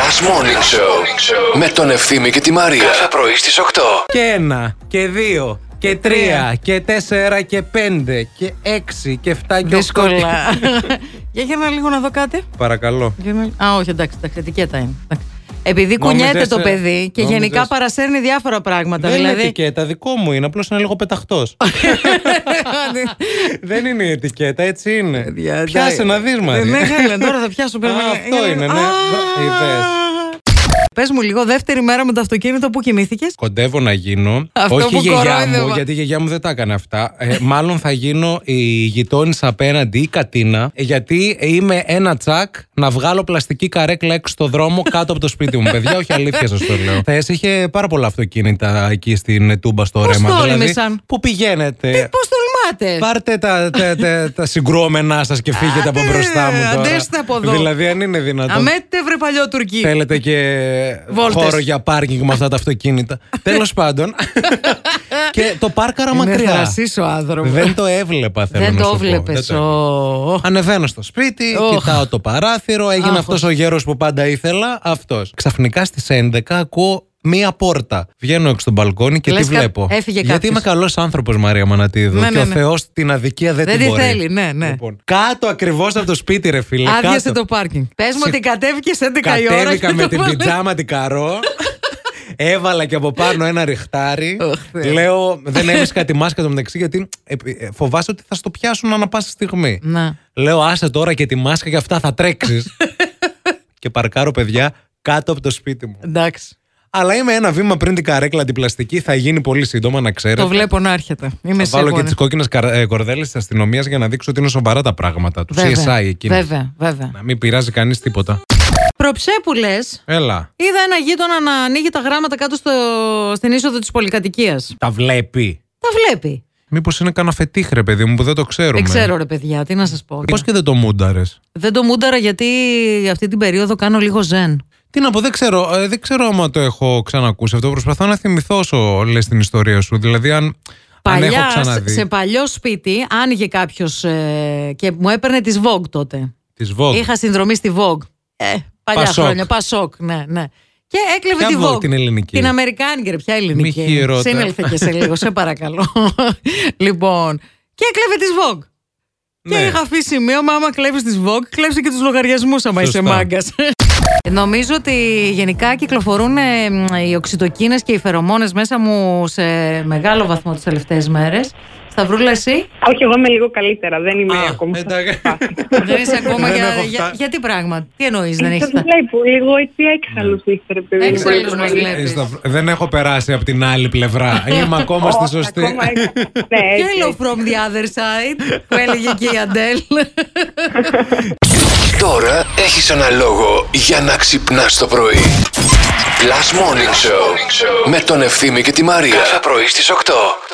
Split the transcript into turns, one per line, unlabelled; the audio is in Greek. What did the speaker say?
Last Morning Show με τον Ευθύμη και τη Μαρία. Κάθε πρωί στις 8.
Και ένα, και δύο, και τρία, και τέσσερα, και πέντε, και έξι, και εφτά, και οκτώ. και-
Δύσκολα. Για για να λίγο να δω κάτι.
Παρακαλώ.
Για να- Α, όχι, εντάξει, εντάξει, ετικέτα είναι. Εντάξει. Επειδή
Νόμιζες,
κουνιέται το
ε,
παιδί και
νόμιζες.
γενικά παρασέρνει διάφορα πράγματα.
Δεν είναι
δηλαδή.
ετικέτα, δικό μου είναι, απλώς είναι λίγο πεταχτός. Δεν είναι η ετικέτα, έτσι είναι.
Παιδιά,
Πιάσε
εντάξει.
να δεις,
Ε, Ναι,
Μαρία.
Χέλε, τώρα θα πιάσω. πρέπει
Α,
να-
αυτό
για να-
είναι, ναι.
Α,
Δα- είδες.
Πες μου λίγο, δεύτερη μέρα με το αυτοκίνητο, πού κοιμήθηκες.
Κοντεύω να γίνω.
Αυτό
όχι η
που
γιαγιά μου,
κορόιδευα.
γιατί η γιαγιά μου δεν τα έκανε αυτά. Ε, μάλλον θα γίνω η γειτόνισσα απέναντι, η Κατίνα, ε, γιατί είμαι ένα τσακ να βγάλω πλαστική καρέκλα έξω στο δρόμο κάτω από το σπίτι μου. Παιδιά, όχι αλήθεια σας το λέω. Θες είχε πάρα πολλά αυτοκίνητα εκεί στην Τούμπα στο
Πώς
ρέμα.
τόλμησαν?
πού πηγαίνετε.
Πώς τολμάτε.
Πάρτε τα, τα, τα, τα συγκρόμενά σας και φύγετε από
Άντε,
μπροστά μου τώρα.
αντέστε από εδώ.
Δηλαδή, αν είναι δυνατόν.
Αμέτε βρε παλιό Τουρκί.
Θέλετε και
Βόλτες.
χώρο για πάρκινγκ με αυτά τα αυτοκίνητα. Τέλος πάντων. και το πάρκαρα
Είναι
μακριά.
θρασής ο άνθρωπος.
Δεν το έβλεπα, θέλω
Δεν
να σου
το
πω. Δεν
βλέπεις.
το έβλεπα.
ω.
Ανεβαίνω στο σπίτι,
Οχ.
κοιτάω το παράθυρο, έγινε
Άγχος.
αυτός ο γέρος που πάντα ήθελα. Αυτός. Ξαφνικά στις 11 ακούω μία πόρτα. Βγαίνω έξω στο μπαλκόνι και
Λες
τι
κα-
βλέπω.
έφυγε
Γιατί
κάποιος.
είμαι καλός άνθρωπος, Μαρία Μανατίδου.
Ναι,
και
ναι,
ο
ναι.
Θεός την αδικία δεν,
Δεν
την
τη
μπορεί.
θέλει, ναι, ναι.
Λοιπόν, κάτω ακριβώς από το σπίτι, ρε φίλε.
Άδειασε
κάτω.
το πάρκινγκ. Πες μου
Συ-
ότι κατέβηκες 11 η ώρα.
Κατέβηκα
και
με
το
την
βάλε-
πιτζάμα την καρό. Έβαλα και από πάνω ένα ριχτάρι.
Ωχ, ναι. Θεέ.
Λέω, δεν έβρισκα τη μάσκα το μεταξύ, γιατί ε, ε, φοβάσαι ότι θα στο πιάσουν ανά πάσα στιγμή.
Να.
Λέω, άσε τώρα και τη μάσκα και αυτά θα τρέξεις. και παρκάρω, παιδιά, κάτω από το σπίτι μου.
Εντάξει.
Αλλά είμαι ένα βήμα πριν την καρέκλα την πλαστική, θα γίνει πολύ σύντομα, να ξέρετε.
Το βλέπω να έρχεται. Είμαι
Θα βάλω και
σίγουρη.
τις κόκκινες κορδέλες της αστυνομίας για να δείξω ότι είναι σοβαρά τα πράγματα τους
Βέβαια,
CSI εκείνη.
Βέβαια, βέβαια.
Να μην πειράζει κανείς τίποτα.
Προψέ που λες,
Έλα.
είδα ένα γείτονα να ανοίγει τα γράμματα κάτω στο, στην είσοδο της πολυκατοικίας.
Τα βλέπει.
Τα βλέπει.
Μήπως είναι κανένα φετίχ, ρε παιδί μου, που δεν το ξέρουμε.
Δεν ξέρω ρε παιδιά, τι να σας πω. Λοιπόν,
Πώς και δεν το μούνταρες.
Δεν το μούνταρα γιατί αυτή την περίοδο κάνω λίγο ζεν.
Τι να πω, δεν ξέρω, ε, δεν ξέρω άμα το έχω ξανακούσει αυτό. Προσπαθώ να θυμηθώ όσο λες την ιστορία σου. Δηλαδή, αν, αν έχω
Παλιά,
ξαναδεί.
σε παλιό σπίτι, άνοιγε κάποιος και μου έπαιρνε τη Vogue τότε.
Της Vogue.
Είχα συνδρομή στη Vogue. Ε, παλιά
Πασόκ.
χρόνια. Πασόκ, ναι, ναι. Και έκλεβε
Ποια
τη
Vogue,
Vogue.
την ελληνική?
Την Αμερικάνικη, ρε, ποια ελληνική.
Μη χειρότερα.
Συνέλθε και σε λίγο, σε παρακαλώ. λοιπόν. Και έκλεβε τη Vogue.
Ναι.
Και είχα αφήσει σημείωμα, άμα κλέβεις τη Vogue, κλέψει και τους λογαριασμούς, άμα
Σωστά.
είσαι μάγκας. Νομίζω ότι γενικά κυκλοφορούν ε, μ, οι οξυτοκίνες και οι φερομόνες μέσα μου σε μεγάλο βαθμό τις τελευταίες μέρες. Σταυρούλα εσύ,
Όχι, εγώ είμαι λίγο καλύτερα. Δεν είμαι
Α,
ακόμα. στα
εντάξει.
φάση.
δεν είσαι ακόμα
Δεν
για,
έχω
για,
φτάσει.
για τι πράγμα, τι εννοείς δεν έχεις
Σας
τα...
βλέπω λίγο έτσι έξαλλους
Ναι.
είστε, ρε παιδί. μου. Ναι.
Έξαλλος μας
Πολύ.
λέει.
Ε, στα- Δεν έχω περάσει από την άλλη πλευρά. Είμαι ακόμα στη
Όχι,
σωστή.
ακόμα έξαλλος. Ναι, έτσι,
Hello from the other side, που έλεγε και η Αντέλ.
Τώρα έχεις ένα λόγο για να ξυπνάς το πρωί. Last Morning Show με τον Ευθύμη και τη Μαρία. Κάθε πρωί στις 8.